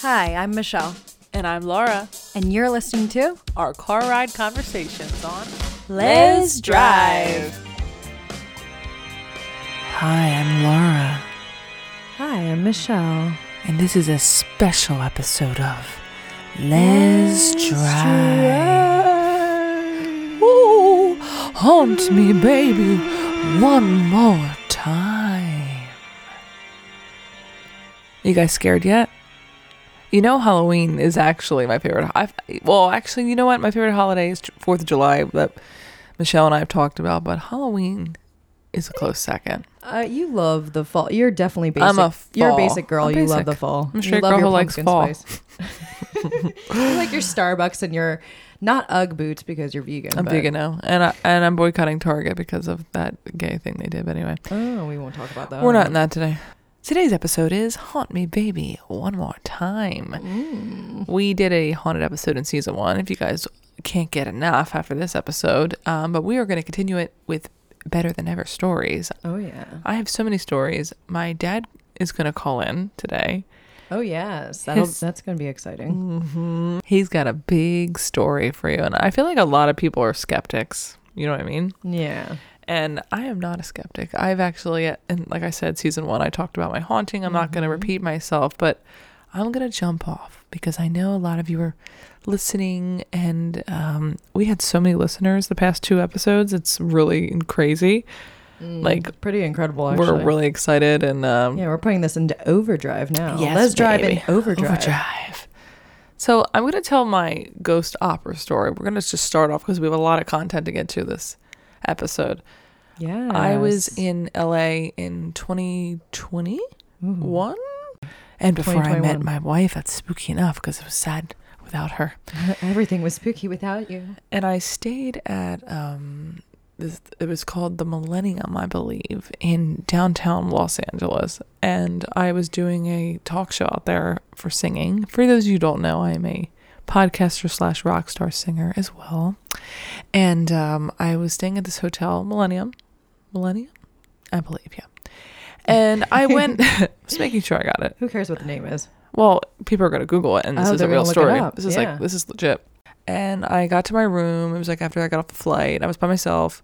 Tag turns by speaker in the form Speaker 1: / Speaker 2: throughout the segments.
Speaker 1: Hi, I'm Michelle,
Speaker 2: And I'm Laura.
Speaker 1: and you're listening to
Speaker 2: Our car ride conversations on
Speaker 1: Les
Speaker 2: Hi, I'm Laura,
Speaker 1: Hi, I'm Michelle.
Speaker 2: and this is a special episode of Les Drive. Ooh, haunt me, baby, one more time. You guys scared yet? You know, Halloween is actually my favorite. I've, well, actually, you know what? My favorite holiday is Fourth of July that Michelle and I have talked about, but Halloween is a close second.
Speaker 3: Uh, you love the fall. You're definitely basic.
Speaker 2: I'm a
Speaker 3: You're
Speaker 2: fall.
Speaker 3: a basic girl.
Speaker 2: I'm
Speaker 3: You love
Speaker 2: basic.
Speaker 3: the fall.
Speaker 2: I'm a straight
Speaker 3: you love
Speaker 2: girl who likes
Speaker 3: pumpkin
Speaker 2: fall.
Speaker 3: spice. you like your Starbucks and your not UGG boots because you're vegan.
Speaker 2: I'm
Speaker 3: but-
Speaker 2: vegan now, and I, and I'm boycotting Target because of that gay thing they did. But anyway,
Speaker 3: Oh, we won't talk about that.
Speaker 2: we're not in that today. Today's episode is "Haunt Me, Baby, One More Time."
Speaker 3: Mm.
Speaker 2: We did a haunted episode in season one. If you guys can't get enough after this episode, um, but we are going to continue it with better than ever stories.
Speaker 3: Oh yeah.
Speaker 2: I have so many stories. My dad is going to call in today.
Speaker 3: Oh yes. That'll,
Speaker 2: His- Mm.
Speaker 3: that's gonna be exciting.
Speaker 2: He's got a big story for you, and I feel like a lot of people are skeptics. You know what I mean?
Speaker 3: Yeah.
Speaker 2: And I am not a skeptic. I've actually, and like I said, season one, I talked about my haunting. I'm not going
Speaker 3: Mm-hmm.
Speaker 2: to repeat myself, but I'm going to jump off because I know a lot of you are listening. And um, we had so many listeners the past two episodes. It's really crazy. Like,
Speaker 3: Mm. Pretty incredible. Actually.
Speaker 2: we're really excited. And um,
Speaker 3: Yeah, we're putting this into overdrive now.
Speaker 2: Yes,
Speaker 3: Let's drive in
Speaker 2: baby.
Speaker 3: overdrive.
Speaker 2: Overdrive. So I'm going to tell my ghost opera story. We're going to just start off because we have a lot of content to get to this episode.
Speaker 3: Yeah.
Speaker 2: I was in LA in 2021. And before I met
Speaker 3: 2021.
Speaker 2: my wife, that's spooky enough because it was sad without her.
Speaker 3: Everything was spooky without you.
Speaker 2: And I stayed at um this it was called the Millennium, I believe, in downtown Los Angeles. And I was doing a talk show out there for singing. For those you don't know, I am a podcaster slash rock star singer as well. And um, I was staying at this hotel, Millennium. Millennium? I believe, yeah. And I went just making sure I got it.
Speaker 3: Who cares what the name is?
Speaker 2: Well, people are going to Google it, and this
Speaker 3: Oh,
Speaker 2: is a
Speaker 3: they're
Speaker 2: real
Speaker 3: gonna look it
Speaker 2: story.
Speaker 3: up,
Speaker 2: This is
Speaker 3: yeah.
Speaker 2: like this is legit. And I got to my room. It was like after I got off the flight. I was by myself,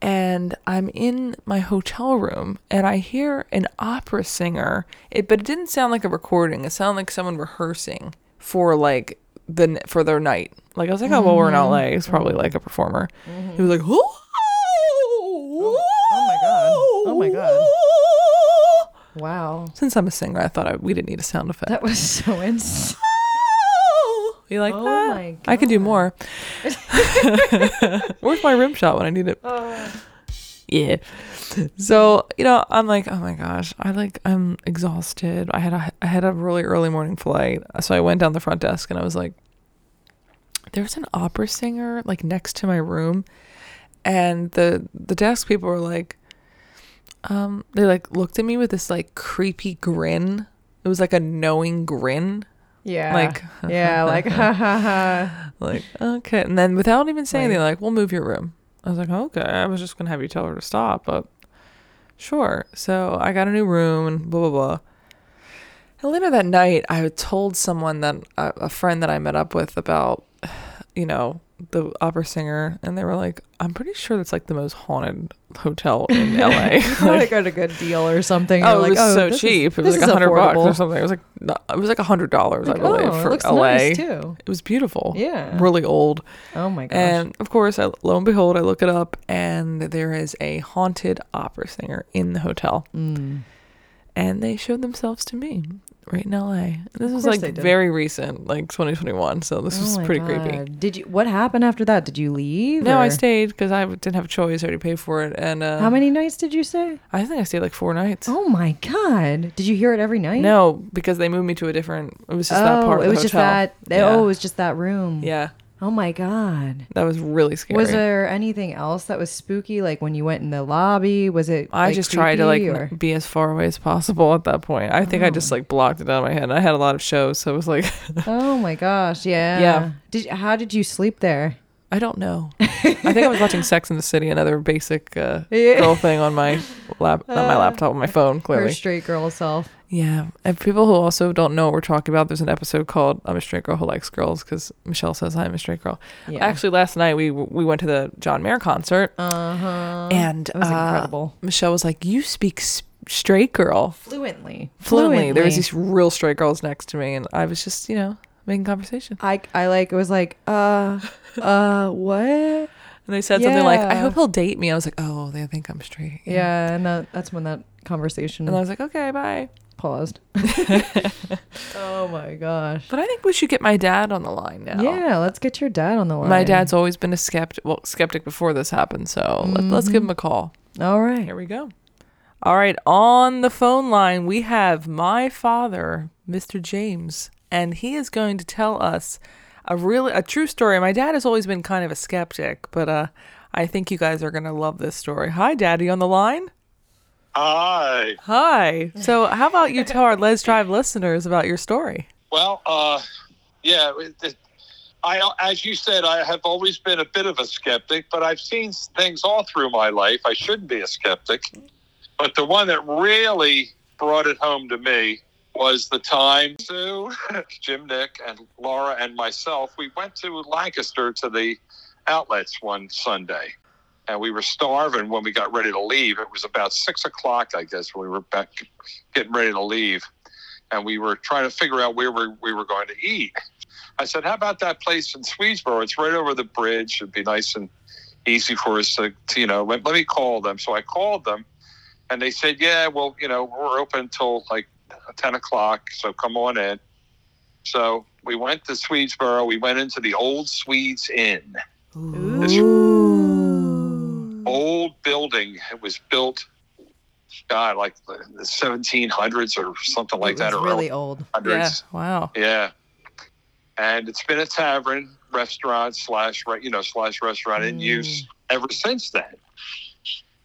Speaker 2: and I'm in my hotel room, and I hear an opera singer. It, but it didn't sound like a recording. It sounded like someone rehearsing for like the n- for their night. Like I was like, oh well, we're in
Speaker 3: Mm-hmm.
Speaker 2: LA. It's probably like a performer. He was like,
Speaker 3: oh my God. Oh my
Speaker 2: god.
Speaker 3: Wow.
Speaker 2: Since I'm a singer, I thought I, we didn't need a sound effect.
Speaker 3: That was so insane.
Speaker 2: You like
Speaker 3: Oh
Speaker 2: that?
Speaker 3: my
Speaker 2: I could do more. Where's my rim shot when I need it?
Speaker 3: Oh.
Speaker 2: Yeah. So you know, I'm like, oh my gosh, I like, I'm exhausted. I had a, I had a really early morning flight, so I went down the front desk and I was like, there's an opera singer like next to my room, and the the desk people were like, um, they like looked at me with this like creepy grin. It was like a knowing grin.
Speaker 3: Yeah.
Speaker 2: Like- uh-huh,
Speaker 3: yeah, like ha ha ha.
Speaker 2: like okay and then without even saying
Speaker 3: Like-
Speaker 2: anything like we'll move your room i was like okay i was just gonna have you tell her to stop but sure so i got a new room and blah blah blah and later that night i had told someone that a a friend that i met up with about you know the opera singer and they were like i'm pretty sure that's like the most haunted hotel in la
Speaker 3: I
Speaker 2: Like,
Speaker 3: got a good deal or something.
Speaker 2: Oh,
Speaker 3: You're
Speaker 2: it was
Speaker 3: like,
Speaker 2: so
Speaker 3: this is-
Speaker 2: cheap. it
Speaker 3: this
Speaker 2: was like
Speaker 3: is
Speaker 2: a hundred bucks or
Speaker 3: affordable.
Speaker 2: something. It was like no- it was like a hundred dollars,
Speaker 3: Like,
Speaker 2: I believe,
Speaker 3: oh, it
Speaker 2: for
Speaker 3: looks
Speaker 2: LA.
Speaker 3: nice too.
Speaker 2: It was beautiful.
Speaker 3: Yeah.
Speaker 2: really old.
Speaker 3: Oh my gosh.
Speaker 2: And of course, I, lo and behold, I look it up, and there is a haunted opera singer in the hotel,
Speaker 3: Mm.
Speaker 2: and they showed themselves to me right in L.A. This was
Speaker 3: course
Speaker 2: like
Speaker 3: they did.
Speaker 2: very recent, like 2021, so this was
Speaker 3: Oh my
Speaker 2: pretty creepy.
Speaker 3: God. Did you? What happened after that? Did you leave?
Speaker 2: No, I
Speaker 3: or-
Speaker 2: stayed because I didn't have a choice. I already paid for it, and uh,
Speaker 3: How many nights did you say?
Speaker 2: I think I stayed like four nights.
Speaker 3: Oh my god! Did you hear it every night?
Speaker 2: No, because they moved me to a different. It was just that
Speaker 3: Oh,
Speaker 2: part. Of
Speaker 3: it
Speaker 2: the
Speaker 3: was just
Speaker 2: hotel.
Speaker 3: that.
Speaker 2: Yeah.
Speaker 3: Oh, it was just that room.
Speaker 2: Yeah,
Speaker 3: Oh my god.
Speaker 2: that was really scary.
Speaker 3: Was there anything else that was spooky? Like when you went in the lobby? Was it?
Speaker 2: I
Speaker 3: like,
Speaker 2: just tried to like
Speaker 3: creepy,
Speaker 2: n-
Speaker 3: or-
Speaker 2: be as far away as possible at that point. I think I just like blocked it out of my head. I had a lot of shows, so it was like
Speaker 3: Oh my gosh! Yeah.
Speaker 2: Yeah.
Speaker 3: Did how did you sleep there?
Speaker 2: I don't know. I think I was watching Sex in the City, another basic uh,
Speaker 3: Yeah.
Speaker 2: girl thing on my lap, not my laptop, on my phone.
Speaker 3: Uh, Her
Speaker 2: Clearly,
Speaker 3: straight girl self.
Speaker 2: Yeah. And people who also don't know what we're talking about, there's an episode called I'm a Straight Girl Who Likes Girls because Michelle says I'm a straight girl.
Speaker 3: Yeah.
Speaker 2: Actually, last night we we went to the John Mayer concert
Speaker 3: Uh huh.
Speaker 2: and
Speaker 3: That was
Speaker 2: uh,
Speaker 3: incredible.
Speaker 2: Michelle was like, You speak s- straight girl
Speaker 3: Fluently.
Speaker 2: fluently. There was these real straight girls next to me, and I was just, you know, making conversation.
Speaker 3: I, I like was like uh uh what
Speaker 2: And they said something like, I
Speaker 3: Yeah.
Speaker 2: hope he'll date me. I was like, Oh, they think I'm straight.
Speaker 3: yeah and that, that's when that conversation
Speaker 2: And I was like, Okay, bye.
Speaker 3: paused oh my gosh
Speaker 2: But I think we should get my dad on the line now.
Speaker 3: yeah let's get your dad on the line
Speaker 2: My dad's always been a skeptic. Well, skeptic before this happened. So let, let's
Speaker 3: Mm-hmm.
Speaker 2: give him a call.
Speaker 3: all right
Speaker 2: Here we go. All right, on the phone line we have my father, Mr. James, and he is going to tell us a really a true story. My dad has always been kind of a skeptic, but uh, I think you guys are going to love this story. Hi, Daddy, on the line.
Speaker 4: Hi.
Speaker 2: Hi. So, how about you tell our Let's Drive listeners about your story?
Speaker 4: Well, uh, yeah, it- it- I, as you said, I have always been a bit of a skeptic, but I've seen things all through my life. I shouldn't be a skeptic. But the one that really brought it home to me was the time Sue, Jim Nick, and Laura and myself, we went to Lancaster to the outlets one Sunday. And we were starving when we got ready to leave. It was about six o'clock, I guess, when we were back getting ready to leave and we were trying to figure out where we, we were going to eat. I said, "How about that place in Swedesboro? It's right over the bridge. It'd be nice and easy for us to, to, you know, let, let me call them." So I called them, and they said, "Yeah, well, you know, we're open until like ten o'clock, so come on in." So we went to Swedesboro. We went into the old Swedes Inn,
Speaker 1: Ooh.
Speaker 3: Mm-hmm.
Speaker 4: old building. It was built, God, like the the 1700s or something like
Speaker 3: It
Speaker 4: that,
Speaker 3: was
Speaker 4: or
Speaker 3: really old
Speaker 4: 1800s.
Speaker 2: Yeah. Wow.
Speaker 4: Yeah, and it's been a tavern restaurant slash re- you know slash restaurant in
Speaker 3: Mm.
Speaker 4: use ever since then.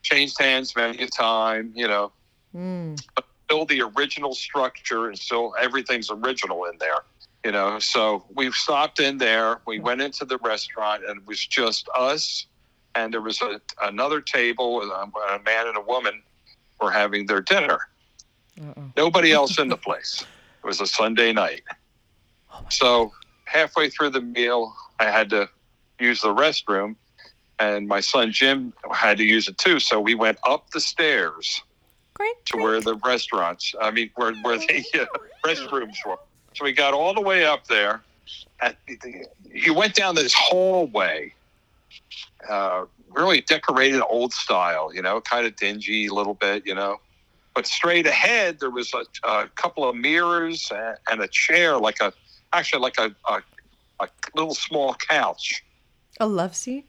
Speaker 4: Changed hands many a time, you know.
Speaker 3: mm.
Speaker 4: Still the original structure, and still everything's original in there, you know. So we've stopped in there. We went into the restaurant, and it was just us, and there was a, another table, with a, a man and a woman were having their dinner.
Speaker 3: Uh-oh.
Speaker 4: Nobody else in the place. It was a Sunday night. So halfway through the meal, I had to use the restroom, and my son Jim had to use it too. So we went up the stairs
Speaker 2: Great.
Speaker 4: to where the restaurants, I mean, where, where the uh, restrooms were. So we got all the way up there. At the, the- you went down this hallway, uh, really decorated old style, you know, kind of dingy a little bit, you know. But straight ahead, there was a, a couple of mirrors and, and a chair, like a, actually like a, a, a little small couch.
Speaker 3: a love seat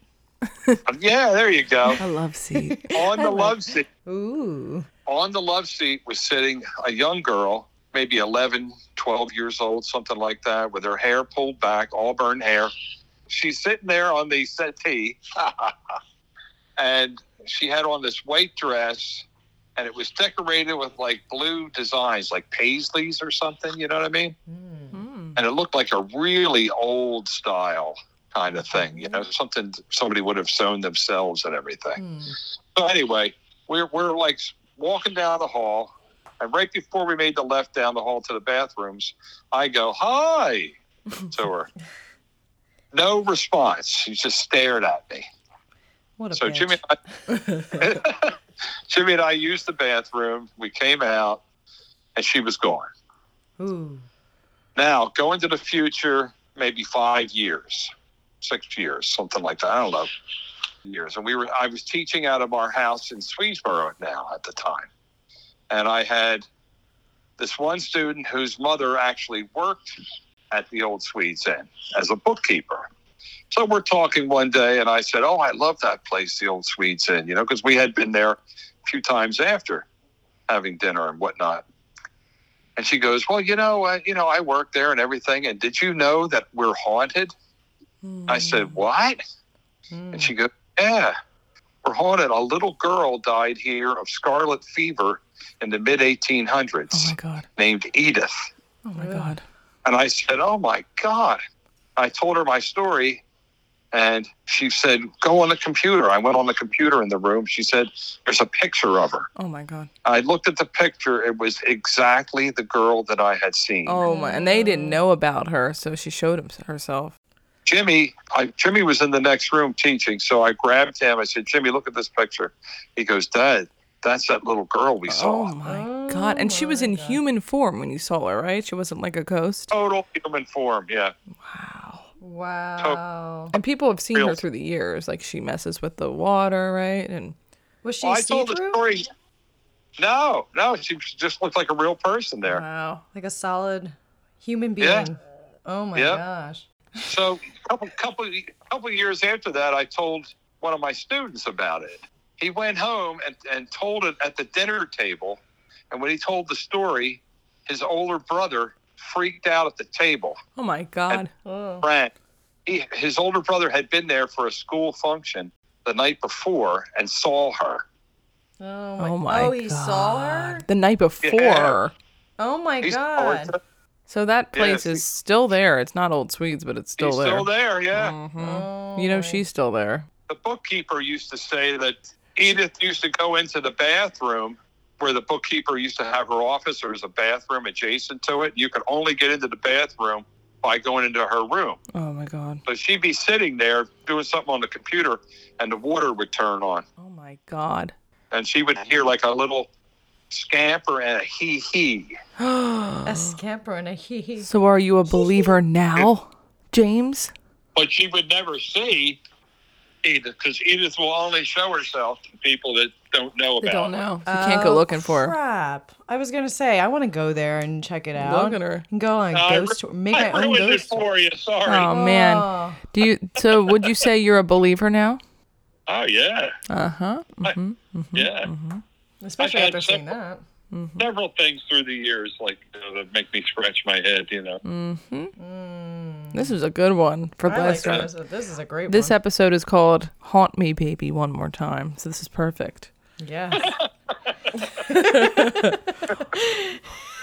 Speaker 4: Yeah, there you go.
Speaker 2: I love seat.
Speaker 4: On Oh, the love seat.
Speaker 3: ooh
Speaker 4: on the love seat was sitting a young girl, maybe 11, 12 years old, something like that, with her hair pulled back, auburn hair. She's sitting there on the settee, and she had on this white dress, and it was decorated with like blue designs, like paisleys or something, you know what I mean?
Speaker 3: Mm.
Speaker 2: Mm.
Speaker 4: And it looked like a really old style kind of thing, you know, something somebody would have sewn themselves and everything.
Speaker 3: Mm.
Speaker 4: So anyway, we're we're like walking down the hall, and right before we made the left down the hall to the bathrooms, I go hi to her. No response. She just stared at me.
Speaker 3: what a
Speaker 4: So
Speaker 3: bitch.
Speaker 4: Jimmy, and I, Jimmy and I used the bathroom. We came out, and she was gone.
Speaker 3: ooh
Speaker 4: Now, go into the future, maybe five years, six years, something like that. I don't know. Years. And we were I was teaching out of our house in Swedesboro now at the time. And I had this one student whose mother actually worked at the old Swedes Inn as a bookkeeper. So we're talking one day, and I said, Oh, I love that place, the old Swedes Inn, you know, because we had been there a few times after having dinner and whatnot. And she goes, "Well, you know, uh, you know, I work there and everything. And did you know that we're haunted?" I said, "What?"
Speaker 3: Mm.
Speaker 4: And she goes, "Yeah, we're haunted. A little girl died here of scarlet fever in the mid 1800s,
Speaker 2: Oh my God.
Speaker 4: named Edith."
Speaker 2: Oh my God.
Speaker 4: And I said, "Oh my God!" I told her my story, And she said, Go on the computer. I went on the computer in the room. She said, There's a picture of her.
Speaker 2: Oh my god.
Speaker 4: I looked at the picture. It was exactly the girl that I had seen.
Speaker 2: Oh my. And they didn't know about her, so she showed him, herself.
Speaker 4: Jimmy, I, Jimmy was in the next room teaching, so I grabbed him. I said, "Jimmy, look at this picture." He goes, "Dad, that's that little girl we
Speaker 2: Oh
Speaker 4: saw.
Speaker 2: my god. And she was in human form when you saw her, right? She wasn't like a ghost.
Speaker 4: Total human form, yeah."
Speaker 2: Wow.
Speaker 3: Wow.
Speaker 2: And people have seen her
Speaker 4: Real.
Speaker 2: through the years. Like she messes with the water, right? And
Speaker 3: Was she
Speaker 4: Well, I
Speaker 3: see
Speaker 4: told the
Speaker 3: through?
Speaker 4: story. No, no, she just looked like a real person there.
Speaker 2: wow.
Speaker 3: Like a solid human being.
Speaker 4: Yeah.
Speaker 3: Oh my
Speaker 4: Yeah.
Speaker 3: gosh.
Speaker 4: So, couple couple couple years after that, I told one of my students about it. He went home and, and told it at the dinner table. And when he told the story, his older brother freaked out at the table.
Speaker 2: Oh my god.
Speaker 3: Oh.
Speaker 4: friend, he, his older brother had been there for a school function the night before and saw her.
Speaker 3: Oh my,
Speaker 2: Oh my
Speaker 3: Oh, he saw her?
Speaker 2: God. The night before.
Speaker 4: Yeah.
Speaker 3: Oh my
Speaker 4: He saw her.
Speaker 3: god.
Speaker 2: So that place
Speaker 4: Yes, he-
Speaker 2: is still there. It's not old Swedes, but it's still
Speaker 4: He's
Speaker 2: there.
Speaker 4: still there, yeah.
Speaker 3: Oh.
Speaker 2: Mhm. You know she's still there.
Speaker 4: The bookkeeper used to say that Edith used to go into the bathroom where the bookkeeper used to have her office. There was a bathroom adjacent to it. You could only get into the bathroom by going into her room.
Speaker 2: Oh my god.
Speaker 4: So she'd be sitting there doing something on the computer and the water would turn on.
Speaker 2: Oh my god.
Speaker 4: And she would hear like a little scamper and a hee hee.
Speaker 3: A scamper and a hee.
Speaker 2: So are you a believer now, James?
Speaker 4: but she would never see Edith because Edith will only show herself to people that don't know about. her.
Speaker 2: know. You can't go looking for her.
Speaker 3: Oh, Crap. I was going to say, I want to go there and check it out.
Speaker 2: Look at her.
Speaker 3: And go on
Speaker 4: Uh, I
Speaker 3: ghost
Speaker 4: ru-
Speaker 3: tour. Make my
Speaker 4: I
Speaker 3: own
Speaker 4: ruined it
Speaker 3: ghost tour.
Speaker 4: for you. Sorry.
Speaker 2: Oh
Speaker 4: Oh,
Speaker 2: man.
Speaker 3: Oh.
Speaker 2: Do you so would you say you're a believer now?
Speaker 4: Oh, yeah,
Speaker 2: Uh-huh. Mm-hmm.
Speaker 4: yeah.
Speaker 3: Especially
Speaker 4: I've had
Speaker 3: after seeing
Speaker 4: several-
Speaker 3: that.
Speaker 4: Several things through the years like you know, that make me scratch my head. You know,
Speaker 2: Mm. This is a good one for the
Speaker 3: Mm. I like
Speaker 2: last one.
Speaker 3: this. This is a great
Speaker 2: This
Speaker 3: one.
Speaker 2: episode is called Haunt Me Baby One More Time. So this is perfect.
Speaker 3: yeah.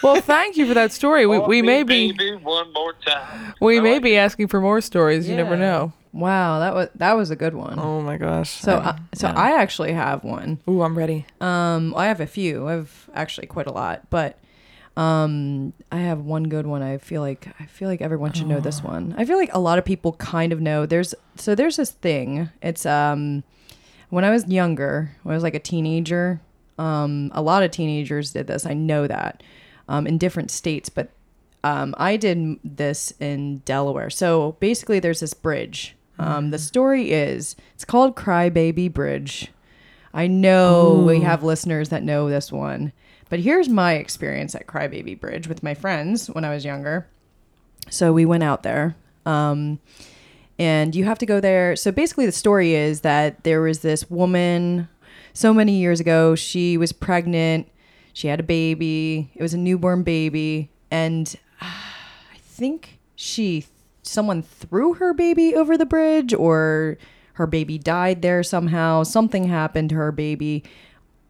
Speaker 2: Well, thank you for that story. We, we
Speaker 4: Call
Speaker 2: may
Speaker 4: me
Speaker 2: be
Speaker 4: baby one more time.
Speaker 2: we
Speaker 4: I
Speaker 2: may
Speaker 4: like
Speaker 2: be asking for more stories. You never
Speaker 3: Yeah.
Speaker 2: know.
Speaker 3: wow, that was that was a good one.
Speaker 2: Oh my gosh.
Speaker 3: So, I, so I actually have one.
Speaker 2: ooh, I'm ready.
Speaker 3: Um, I have a few. I've actually quite a lot, but um, I have one good one. I feel like I feel like everyone should know this one. I feel like a lot of people kind of know. There's so there's this thing. It's um, when I was younger, when I was like a teenager, um, a lot of teenagers did this. I know that um, in different states, but um, I did this in Delaware. So basically, there's this bridge. Um, the story is it's called Crybaby Bridge. I know we have listeners that know this one, but here's my experience at Crybaby Bridge with my friends when I was younger. So we went out there. Um, and you have to go there. So basically, the story is that there was this woman so many years ago. She was pregnant. She had a baby. It was a newborn baby. And think she someone threw her baby over the bridge or her baby died there somehow something happened to her baby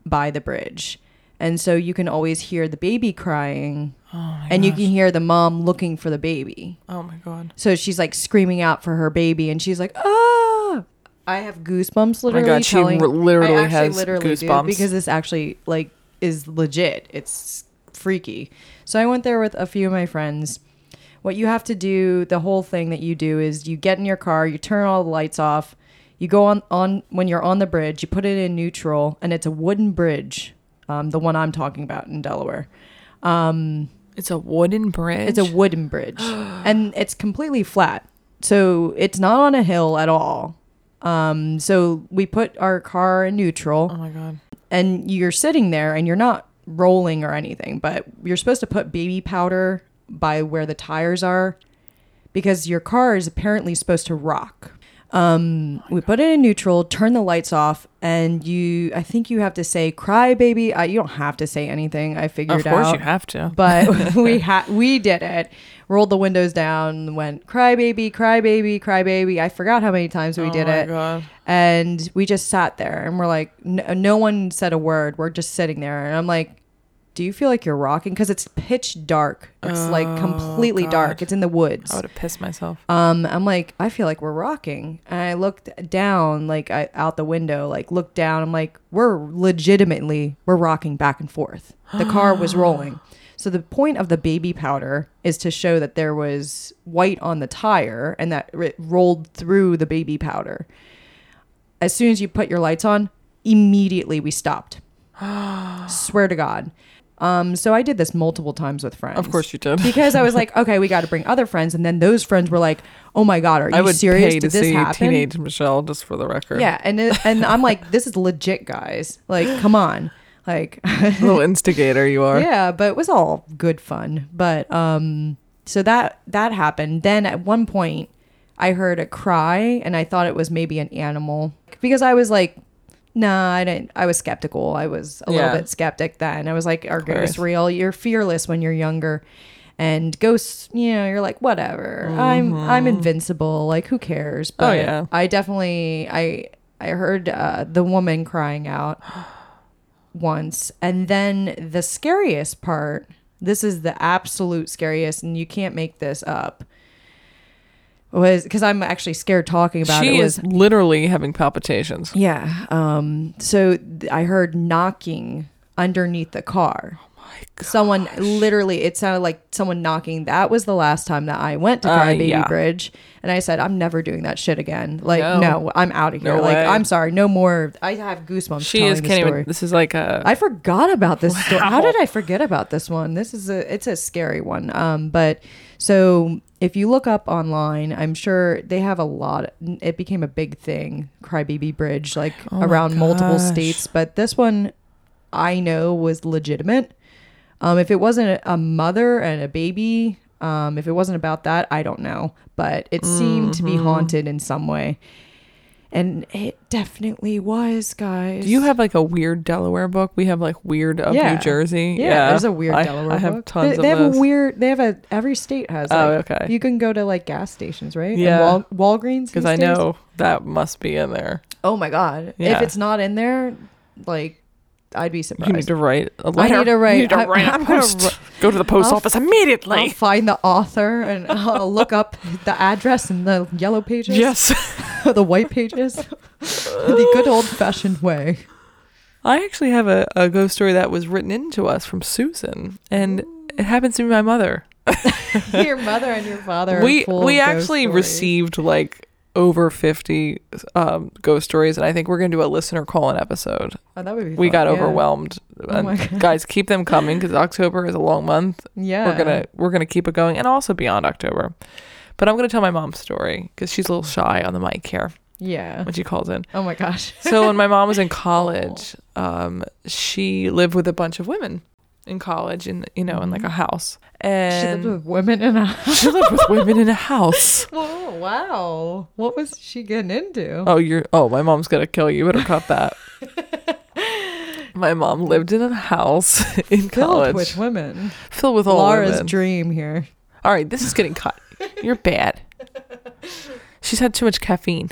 Speaker 3: by the bridge and so you can always hear the baby crying and you can hear the mom looking for the baby
Speaker 2: Oh my god.
Speaker 3: so she's like screaming out for her baby and she's like ah i have goosebumps
Speaker 2: Oh my
Speaker 3: literally
Speaker 2: God, she
Speaker 3: telling-
Speaker 2: r- literally
Speaker 3: I actually
Speaker 2: has
Speaker 3: do,
Speaker 2: goosebumps.
Speaker 3: because this actually like is legit it's freaky so i went there with a few of my friends what you have to do the whole thing that you do is you get in your car you turn all the lights off you go on on when you're on the bridge you put it in neutral and it's a wooden bridge um, the one i'm talking about in delaware Um,
Speaker 2: It's a wooden bridge.
Speaker 3: it's a wooden bridge, and it's completely flat, so it's not on a hill at all. Um, so we put our car in neutral,
Speaker 2: Oh my god.
Speaker 3: and you're sitting there, and you're not rolling or anything, but you're supposed to put baby powder by where the tires are, because your car is apparently supposed to rock.
Speaker 2: Oh
Speaker 3: Um, we put it in neutral, turn the lights off, and you. I think you have to say "cry, baby." I, you don't have to say anything. I figured
Speaker 2: Of course
Speaker 3: out
Speaker 2: you have to.
Speaker 3: but we ha- we did it. Rolled the windows down, went cry baby, cry baby, cry baby. I forgot how many times we did
Speaker 2: Oh my
Speaker 3: it.
Speaker 2: God.
Speaker 3: And we just sat there and we're like, no, no one said a word. We're just sitting there. And I'm like, do you feel like you're rocking? Because it's pitch dark. It's
Speaker 2: Oh,
Speaker 3: like completely dark. It's in the woods.
Speaker 2: I would have pissed myself.
Speaker 3: Um, I'm like, I feel like we're rocking. And I looked down, like I out the window, like looked down. I'm like, we're legitimately we're rocking back and forth. The car was rolling. So the point of the baby powder is to show that there was white on the tire and that it rolled through the baby powder. As soon as you put your lights on, immediately we stopped. Swear to God. Um, so I did this multiple times with friends.
Speaker 2: Of course you did.
Speaker 3: because I was like, okay, we got to bring other friends, and then those friends were like, oh my god, are you
Speaker 2: I would
Speaker 3: serious?
Speaker 2: pay
Speaker 3: Did
Speaker 2: to
Speaker 3: this
Speaker 2: see
Speaker 3: happen?
Speaker 2: teenage Michelle just for the record.
Speaker 3: Yeah, and it, and I'm like, this is legit, guys. Like, come on, like,
Speaker 2: little instigator you are.
Speaker 3: yeah. But it was all good fun. But um, so that that happened. Then at one point, I heard a cry, and I thought it was maybe an animal because I was like. Nah, I didn't. I was skeptical. I was a
Speaker 2: Yeah.
Speaker 3: little bit skeptic then. I was like, "Are
Speaker 2: course.
Speaker 3: ghosts real? You're fearless when you're younger, and ghosts. You know, you're like, whatever. I'm I'm invincible. Like, who cares? But
Speaker 2: Mm-hmm. Oh, yeah.
Speaker 3: I definitely I I heard uh, the woman crying out once, and then the scariest part. This is the absolute scariest, and you can't make this up. Was because I'm actually scared talking about
Speaker 2: She
Speaker 3: it. Was
Speaker 2: is literally having palpitations.
Speaker 3: yeah. Um, so th- I heard knocking underneath the car.
Speaker 2: Oh
Speaker 3: Someone literally, it sounded like someone knocking. That was the last time that I went to
Speaker 2: Uh,
Speaker 3: Crybaby
Speaker 2: yeah.
Speaker 3: Bridge, and I said, "I'm never doing that shit again." Like,
Speaker 2: No.
Speaker 3: no, I'm out of here.
Speaker 2: No
Speaker 3: like,
Speaker 2: way.
Speaker 3: I'm sorry, no more. I have goosebumps.
Speaker 2: She
Speaker 3: telling
Speaker 2: is
Speaker 3: the
Speaker 2: can't
Speaker 3: story.
Speaker 2: even. This is like a.
Speaker 3: I forgot about this story. How
Speaker 2: Wow.
Speaker 3: did I forget about this one? This is a it's a scary one. Um, but so if you look up online, I'm sure they have a lot. It became a big thing, Crybaby Bridge, like around multiple
Speaker 2: Oh gosh.
Speaker 3: states. But this one, I know was legitimate. Um, if it wasn't a mother and a baby, um, if it wasn't about that, I don't know. But it seemed to be
Speaker 2: Mm-hmm.
Speaker 3: haunted in some way. And it definitely was, guys.
Speaker 2: do you have like a weird Delaware book? We have like weird of
Speaker 3: Yeah.
Speaker 2: New Jersey.
Speaker 3: Yeah, there's a weird
Speaker 2: I,
Speaker 3: Delaware.
Speaker 2: I have
Speaker 3: book.
Speaker 2: tons
Speaker 3: They,
Speaker 2: of
Speaker 3: they have
Speaker 2: those.
Speaker 3: a weird. They have a every state has.
Speaker 2: Oh,
Speaker 3: like-
Speaker 2: okay.
Speaker 3: You can go to like gas stations, right? And
Speaker 2: Yeah.
Speaker 3: Wal- Walgreens.
Speaker 2: because
Speaker 3: these
Speaker 2: I
Speaker 3: days?
Speaker 2: know that must be in there.
Speaker 3: Oh my god!
Speaker 2: Yeah.
Speaker 3: If it's not in there, like, I'd be surprised.
Speaker 2: You need to write a letter.
Speaker 3: need to write-
Speaker 2: You need to
Speaker 3: I-
Speaker 2: write a
Speaker 3: I'm gonna
Speaker 2: post.
Speaker 3: wri-
Speaker 2: Go to the post
Speaker 3: I'll
Speaker 2: office
Speaker 3: f-
Speaker 2: immediately.
Speaker 3: I'll find the author and I'll look up the address in the yellow pages.
Speaker 2: yes.
Speaker 3: the white pages. the good old fashioned way.
Speaker 2: I actually have a, a ghost story that was written into us from Susan, and it happens to be my mother.
Speaker 3: Your mother and your father.
Speaker 2: we
Speaker 3: are full
Speaker 2: we
Speaker 3: of ghost
Speaker 2: actually
Speaker 3: stories.
Speaker 2: received like over 50 um, ghost stories and i think we're going to do a listener call-in episode
Speaker 3: Oh, that would be.
Speaker 2: we
Speaker 3: fun,
Speaker 2: got
Speaker 3: yeah. Oh
Speaker 2: overwhelmed And
Speaker 3: my God. Uh-uh.
Speaker 2: guys keep them coming because october is a long month
Speaker 3: Yeah.
Speaker 2: we're gonna we're gonna keep it going and also beyond october but i'm gonna tell my mom's story because she's a little shy on the mic here
Speaker 3: Yeah.
Speaker 2: when she calls in
Speaker 3: Oh my gosh.
Speaker 2: so when my mom was in college, um, she lived with a bunch of women in college, in you know, in like a house,
Speaker 3: Mm-hmm. She lived
Speaker 2: and
Speaker 3: with women in a
Speaker 2: she lived with women in a house.
Speaker 3: Whoa, wow. What was she getting into?
Speaker 2: Oh, you're oh, my mom's gonna kill you. Better cut that. my mom lived in a house in college,
Speaker 3: Filled with women.
Speaker 2: filled with all
Speaker 3: Laura's
Speaker 2: women.
Speaker 3: dream here.
Speaker 2: all right, this is getting cut. You're bad. She's had too much caffeine.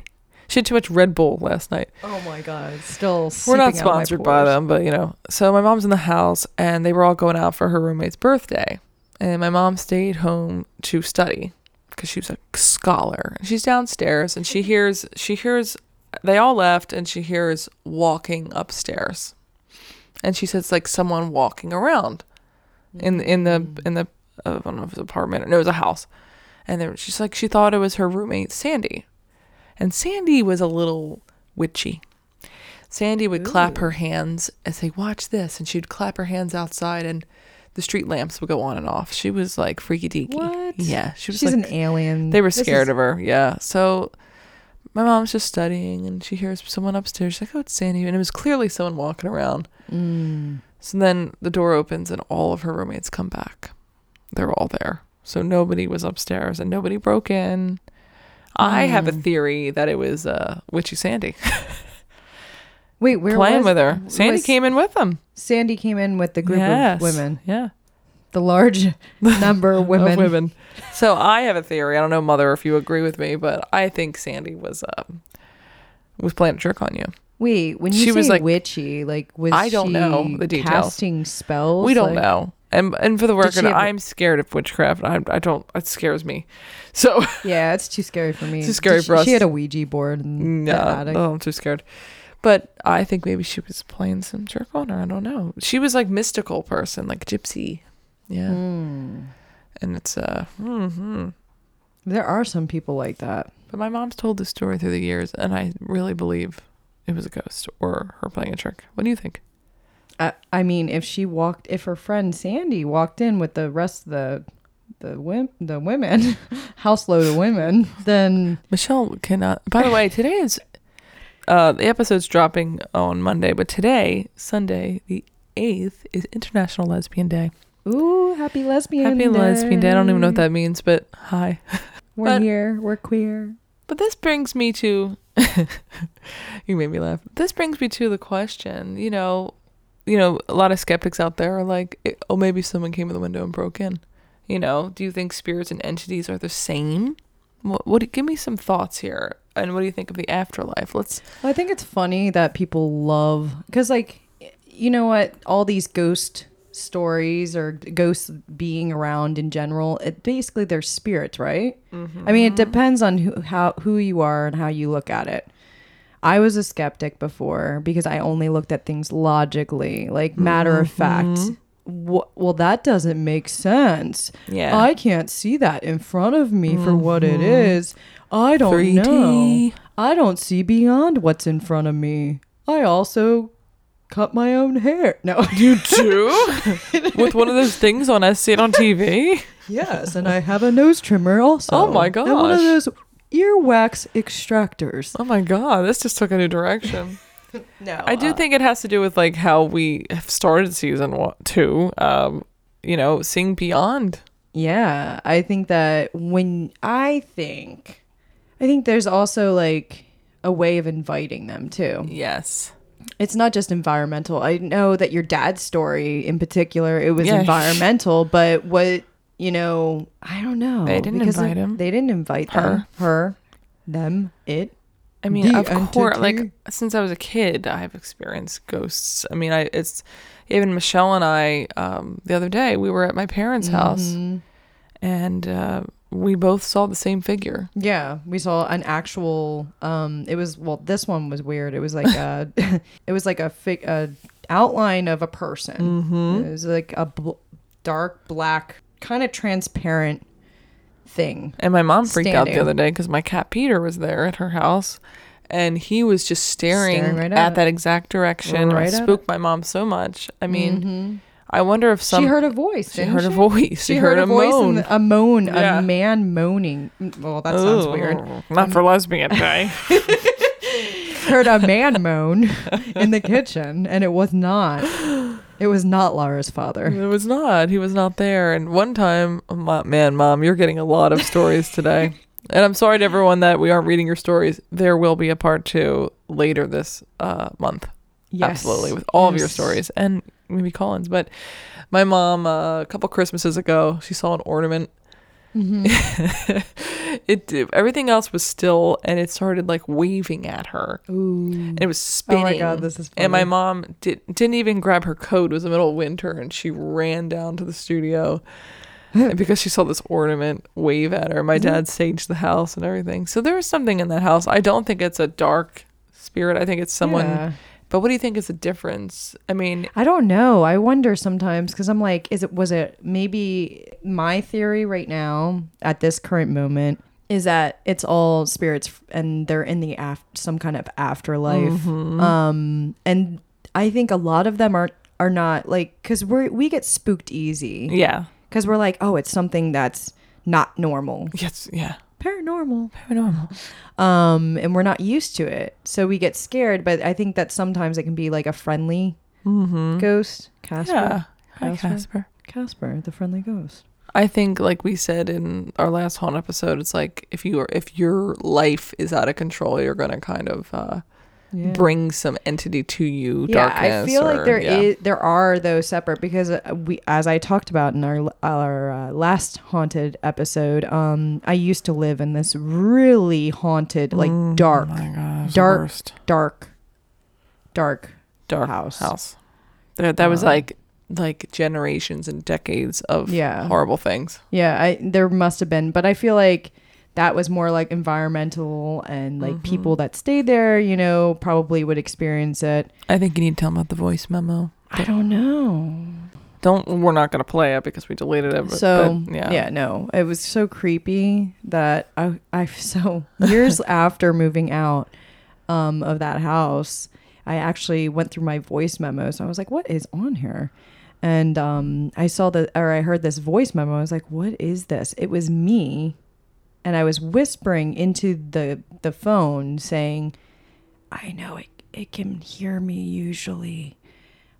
Speaker 2: She had too much Red Bull last night.
Speaker 3: Oh my god. Still
Speaker 2: We're not sponsored by them, but you know. So my mom's in the house, and they were all going out for her roommate's birthday, and my mom stayed home to study because she was a scholar. She's downstairs, and she hears she hears they all left, and she hears walking upstairs, and she says like someone walking around in in the
Speaker 3: Mm-hmm.
Speaker 2: in the uh, I don't know if it was an apartment or no, it was a house, and there she's like she thought it was her roommate Sandy, and Sandy was a little witchy. Sandy would clap her hands and say, "Watch this," and she'd clap her hands outside, and the street lamps would go on and off. She was like freaky deaky.
Speaker 3: What?
Speaker 2: Yeah, she was.
Speaker 3: She's
Speaker 2: like,
Speaker 3: an alien.
Speaker 2: They were
Speaker 3: This
Speaker 2: scared
Speaker 3: is-
Speaker 2: of her. Yeah. So my mom's just studying, and she hears someone upstairs. She's like, "Oh, it's Sandy," and it was clearly someone walking around.
Speaker 3: Mm.
Speaker 2: So then the door opens, and all of her roommates come back. They're all there. So nobody was upstairs, and nobody broke in. I have a
Speaker 3: Mm.
Speaker 2: theory that it was uh, witchy Sandy
Speaker 3: Wait, where
Speaker 2: playing
Speaker 3: was-
Speaker 2: with her. Sandy
Speaker 3: was-
Speaker 2: came in with them.
Speaker 3: Sandy came in with the group
Speaker 2: Yes.
Speaker 3: of women.
Speaker 2: Yeah.
Speaker 3: The large number of women.
Speaker 2: Of women. so I have a theory. I don't know, mother, if you agree with me, but I think Sandy was um, was playing a trick on you.
Speaker 3: Wait, when you
Speaker 2: She
Speaker 3: say
Speaker 2: was, like-
Speaker 3: witchy, like was
Speaker 2: I don't
Speaker 3: she
Speaker 2: know the details.
Speaker 3: casting spells?
Speaker 2: We don't
Speaker 3: Like-
Speaker 2: know. And and for the
Speaker 3: she
Speaker 2: record,
Speaker 3: have-
Speaker 2: I'm scared of witchcraft. I I don't. It scares me. So
Speaker 3: Yeah, it's too scary for me.
Speaker 2: Too scary
Speaker 3: Did she,
Speaker 2: for us.
Speaker 3: She had a Ouija board in
Speaker 2: no,
Speaker 3: the attic.
Speaker 2: oh, I'm too scared. But I think maybe she was playing some jerk on her. I don't know. She was like mystical person, like gypsy. Yeah.
Speaker 3: Hmm.
Speaker 2: And it's uh. hmm
Speaker 3: There are some people like that.
Speaker 2: But my mom's told this story through the years, and I really believe it was a ghost or her playing a trick. What do you think?
Speaker 3: I, I mean, if she walked, if her friend Sandy walked in with the rest of the the wim, the women, house load of women, then
Speaker 2: Michelle cannot. By the way, today is uh, the episode's dropping on Monday, but today, Sunday, the eighth, is International Lesbian Day.
Speaker 3: ooh, happy lesbian,
Speaker 2: Happy Lesbian Day. I don't even know what that means, but hi.
Speaker 3: We're
Speaker 2: but-
Speaker 3: here. We're queer.
Speaker 2: But this brings me to you made me laugh. This brings me to the question. You know, you know, a lot of skeptics out there are like, eh, oh, maybe someone came in the window and broke in. You know, do you think spirits and entities are the same? What? what do- give me some thoughts here. And what do you think of the afterlife? Let's
Speaker 3: Well, I think it's funny that people love because, like, you know what? All these ghost stories or ghosts being around in general, it basically they're spirits, right? I mean, it depends on who how who you are and how you look at it. I was a skeptic before because I only looked at things logically, like matter of fact. Wh- well, that doesn't make sense.
Speaker 2: Yeah.
Speaker 3: I can't see that in front of me for what it is. I don't
Speaker 2: 3D.
Speaker 3: know. I don't see beyond what's in front of me. I also cut my own hair. No.
Speaker 2: You do? With one of those things on us seen on TV?
Speaker 3: yes, and I have a nose trimmer also.
Speaker 2: Oh my
Speaker 3: And one of
Speaker 2: gosh.
Speaker 3: those earwax extractors.
Speaker 2: Oh my god, this just took a new direction.
Speaker 3: No.
Speaker 2: I do think it has to do with like how we have started season one, two. Um, you know, seeing beyond.
Speaker 3: Yeah, I think that when I think, I think there's also like a way of inviting them too.
Speaker 2: Yes.
Speaker 3: It's not just environmental. I know that your dad's story in particular, it was
Speaker 2: Yeah.
Speaker 3: environmental, but what you know, I don't know.
Speaker 2: They didn't
Speaker 3: because
Speaker 2: invite
Speaker 3: it-
Speaker 2: him.
Speaker 3: They didn't invite her, her, them, it.
Speaker 2: I mean,
Speaker 3: The
Speaker 2: of course, like
Speaker 3: entity.
Speaker 2: since I was a kid, I've experienced ghosts. I mean, I it's even Michelle and I um, the other day we were at my parents' house, and uh, we both saw the same figure.
Speaker 3: Yeah, we saw an actual. Um, it was well, this one was weird. It was like a, it was like a, fig, a outline of a person.
Speaker 2: Mm-hmm.
Speaker 3: It was like a bl- dark black, kind of transparent thing.
Speaker 2: And my mom freaked out the
Speaker 3: Standing.
Speaker 2: other day because my cat Peter was there at her house, and he was just staring,
Speaker 3: Staring right
Speaker 2: at,
Speaker 3: at it.
Speaker 2: that exact direction.
Speaker 3: Right
Speaker 2: Right
Speaker 3: at Mm-hmm.
Speaker 2: spooked my mom so much. I mean, I wonder if some
Speaker 3: she heard a voice.
Speaker 2: she
Speaker 3: didn't
Speaker 2: heard a voice. She, heard, a
Speaker 3: voice
Speaker 2: moan.
Speaker 3: and a moan,
Speaker 2: Yeah.
Speaker 3: a man moaning. Mm, Well, that sounds
Speaker 2: Ooh,
Speaker 3: weird. Um,
Speaker 2: Not for lesbian day.
Speaker 3: Heard a man moan in the kitchen, and it was not. It was not Lara's father.
Speaker 2: it was not. He was not there. And one time, oh, my- man, mom, you're getting a lot of stories today. and I'm sorry to everyone that we aren't reading your stories. There will be a part two later this uh, month.
Speaker 3: Yes.
Speaker 2: absolutely with all of your
Speaker 3: Yes.
Speaker 2: stories and maybe Collins. But my mom, uh, a couple Christmases ago, she saw an ornament.
Speaker 3: Mm-hmm.
Speaker 2: it it- everything else was still, and it started like waving at her.
Speaker 3: Ooh.
Speaker 2: And it was spinning.
Speaker 3: Oh God, this is
Speaker 2: And my
Speaker 3: funny.
Speaker 2: mom did, didn't even grab her coat. It was the middle of winter, and she ran down to the studio. and because she saw this ornament wave at her,
Speaker 3: Mm-hmm.
Speaker 2: my dad saged the house and everything. So there was something in that house. I don't think it's a dark spirit. I think it's someone.
Speaker 3: Yeah.
Speaker 2: But what do you think is the difference? I mean,
Speaker 3: I don't know. I wonder sometimes because I'm like, is it was it maybe my theory right now at this current moment is that it's all spirits f- and they're in the af- some kind of afterlife. Um, and I think a lot of them are are not like because we we get spooked easy
Speaker 2: yeah.
Speaker 3: because we're like, oh, it's something that's not normal,
Speaker 2: Yes, yeah.
Speaker 3: paranormal
Speaker 2: Paranormal.
Speaker 3: um, and we're not used to it, so we get scared. But I think that sometimes it can be like a friendly ghost, Casper.
Speaker 2: Yeah. Hi,
Speaker 3: Casper.
Speaker 2: Casper.
Speaker 3: Casper, the friendly ghost.
Speaker 2: I think like we said in our last haunt episode, it's like if you are if your life is out of control, you're gonna kind of uh
Speaker 3: Yeah.
Speaker 2: bring some entity to you,
Speaker 3: Yeah,
Speaker 2: darkness.
Speaker 3: I feel like
Speaker 2: or-
Speaker 3: there is
Speaker 2: yeah.
Speaker 3: there are those separate because uh, we, as I talked about in our our uh, last haunted episode, um, I used to live in this really haunted, like dark,
Speaker 2: Oh my gosh, the
Speaker 3: dark,
Speaker 2: worst.
Speaker 3: dark dark.
Speaker 2: dark
Speaker 3: House.
Speaker 2: house. There, that was like like generations and decades of
Speaker 3: Yeah.
Speaker 2: horrible things.
Speaker 3: Yeah, I there must have been, but I feel like that was more like environmental and like people that stayed there, you know, probably would experience it.
Speaker 2: I think you need to tell them about the voice memo.
Speaker 3: I don't know.
Speaker 2: Don't we're not gonna play it because we deleted it. But,
Speaker 3: So
Speaker 2: but
Speaker 3: yeah.
Speaker 2: yeah,
Speaker 3: no, it was so creepy that I, I so years after moving out um, of that house, I actually went through my voice memos. I was like, what is on here? And um, I saw the or I heard this voice memo. I was like, what is this? It was me, and I was whispering into the the phone saying, I know it, it can hear me usually.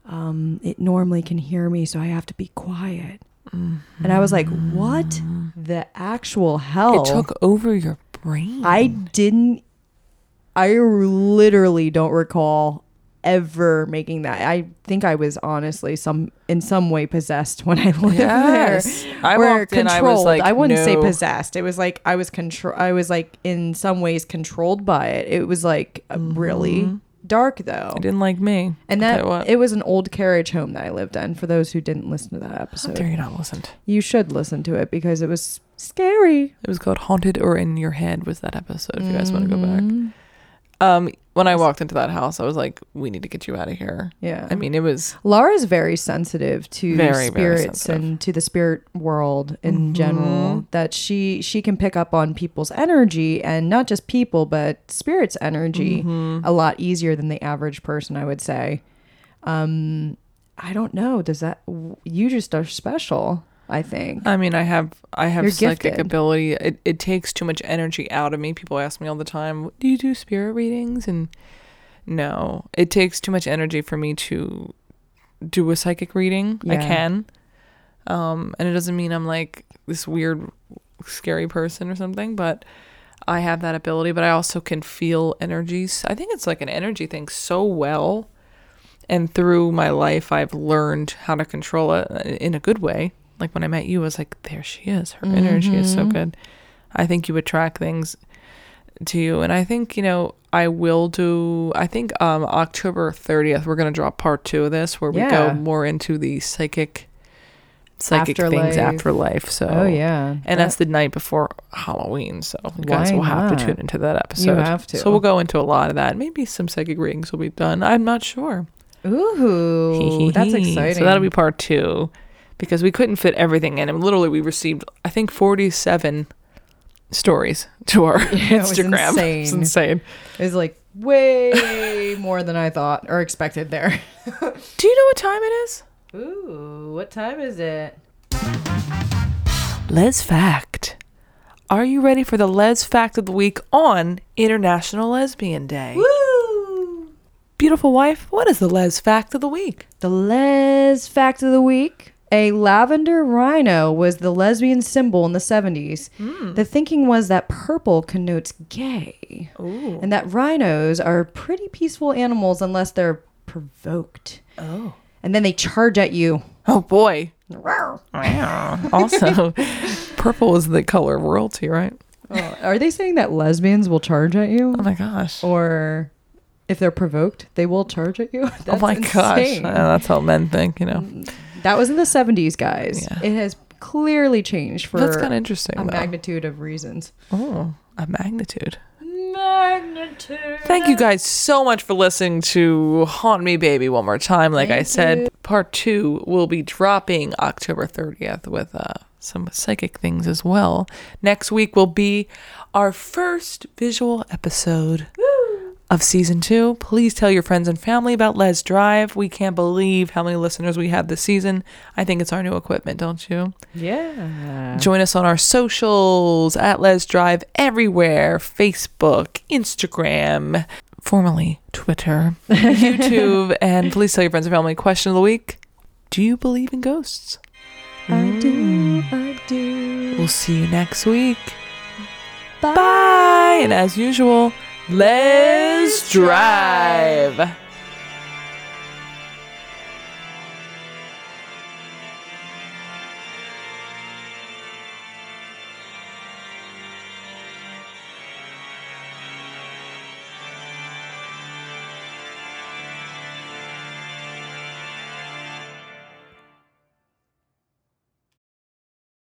Speaker 3: Um, it normally can hear me, so I have to be quiet.
Speaker 2: Mm-hmm.
Speaker 3: And I was like, what the actual hell?
Speaker 2: it took over your brain.
Speaker 3: Oh. I didn't, I literally don't recall ever making that. I think I was honestly some, in some way possessed when I lived
Speaker 2: Yes.
Speaker 3: there.
Speaker 2: I
Speaker 3: Or
Speaker 2: walked in, I was like,
Speaker 3: I wouldn't say
Speaker 2: no.
Speaker 3: possessed. It was like, I was control, I was like in some ways controlled by it. It was like really dark though.
Speaker 2: Mm-hmm. It didn't like me.
Speaker 3: And
Speaker 2: I'll
Speaker 3: that
Speaker 2: tell you what.
Speaker 3: it was an old carriage home that I lived in. For those who didn't listen to that
Speaker 2: How dare
Speaker 3: episode,
Speaker 2: you not listened.
Speaker 3: you should listen to it because it was scary.
Speaker 2: It was called Haunted or In Your Head was that episode if you guys want to go
Speaker 3: Mm-hmm.
Speaker 2: back. Um when I walked into that house, I was like, We need to get you out of here.
Speaker 3: Yeah.
Speaker 2: I mean it was
Speaker 3: Laura's very sensitive to
Speaker 2: Very, very
Speaker 3: spirits
Speaker 2: sensitive. Mm-hmm.
Speaker 3: and to the spirit world in general. That she she can pick up on people's energy and not just people, but spirits' energy
Speaker 2: Mm-hmm.
Speaker 3: a lot easier than the average person. I would say. Um, I don't know. Does that you just are special? I think.
Speaker 2: I mean, I have I have
Speaker 3: You're
Speaker 2: psychic
Speaker 3: gifted.
Speaker 2: ability. It, it takes too much energy out of me. People ask me all the time, "Do you do spirit readings?" And no, it takes too much energy for me to do a psychic reading. I
Speaker 3: Yeah.
Speaker 2: can, um, and it doesn't mean I'm like this weird, scary person or something. But I have that ability. But I also can feel energies. I think it's like an energy thing so well. And through my life, I've learned how to control it uh, in a good way. Like when I met you, I was like, there she is. Her energy is
Speaker 3: Mm-hmm.
Speaker 2: so good. I think you attract things to you. And I think, you know, I will do, I think um, October 30th, we're going to drop part two of this where we
Speaker 3: Yeah.
Speaker 2: go more into the psychic, psychic things
Speaker 3: Afterlife.
Speaker 2: afterlife. So,
Speaker 3: oh yeah,
Speaker 2: And that's the night before Halloween. So you guys
Speaker 3: Why
Speaker 2: will have
Speaker 3: not?
Speaker 2: to tune into that episode.
Speaker 3: have to.
Speaker 2: So we'll go into a lot of that. Maybe some psychic readings will be done. I'm not sure.
Speaker 3: Ooh, that's exciting.
Speaker 2: So that'll be part two because we couldn't fit everything in. And literally, we received, I think, 47 stories to our
Speaker 3: it was
Speaker 2: Instagram. It's
Speaker 3: insane.
Speaker 2: insane.
Speaker 3: it was like way more than I thought or expected there.
Speaker 2: Do you know what time it is?
Speaker 3: Ooh, what time is it?
Speaker 2: Les Fact. Are you ready for the Les Fact of the Week on International Lesbian Day?
Speaker 3: Woo!
Speaker 2: Beautiful wife, what is the Les Fact of the Week?
Speaker 3: The Les fact of the week. A lavender rhino was the lesbian symbol in the 70s.
Speaker 2: Hmm.
Speaker 3: The thinking was that purple connotes gay, and that rhinos are pretty peaceful animals unless they're provoked. Oh. And then they charge at you.
Speaker 2: Oh boy. also, purple is the color of royalty, right?
Speaker 3: Oh, Are they saying that lesbians will charge at you?
Speaker 2: Oh my gosh.
Speaker 3: or if they're provoked, they will charge at you. That's
Speaker 2: oh my
Speaker 3: insane.
Speaker 2: gosh. Uh, that's how men think, you know.
Speaker 3: That was in the 70s, guys.
Speaker 2: Yeah.
Speaker 3: It has clearly changed for
Speaker 2: That's kind of interesting.
Speaker 3: a
Speaker 2: though.
Speaker 3: magnitude of reasons.
Speaker 2: oh, a magnitude. Magnitude. Thank you guys so much for listening to Haunt Me Baby one more time. Like I said, part two will be dropping October 30th with uh, some psychic things as well. Next week will be our first visual episode. Of season two. Please tell your friends and family about Les Drive. We can't believe how many listeners we have this season. I think it's our new equipment, don't you?
Speaker 3: Yeah.
Speaker 2: Join us on our socials at Les Drive everywhere Facebook, Instagram, formerly Twitter, YouTube, and please tell your friends and family. Question of the week Do you believe in ghosts?
Speaker 3: I do. I do.
Speaker 2: We'll see you next week. Bye. And as usual, Les Drive.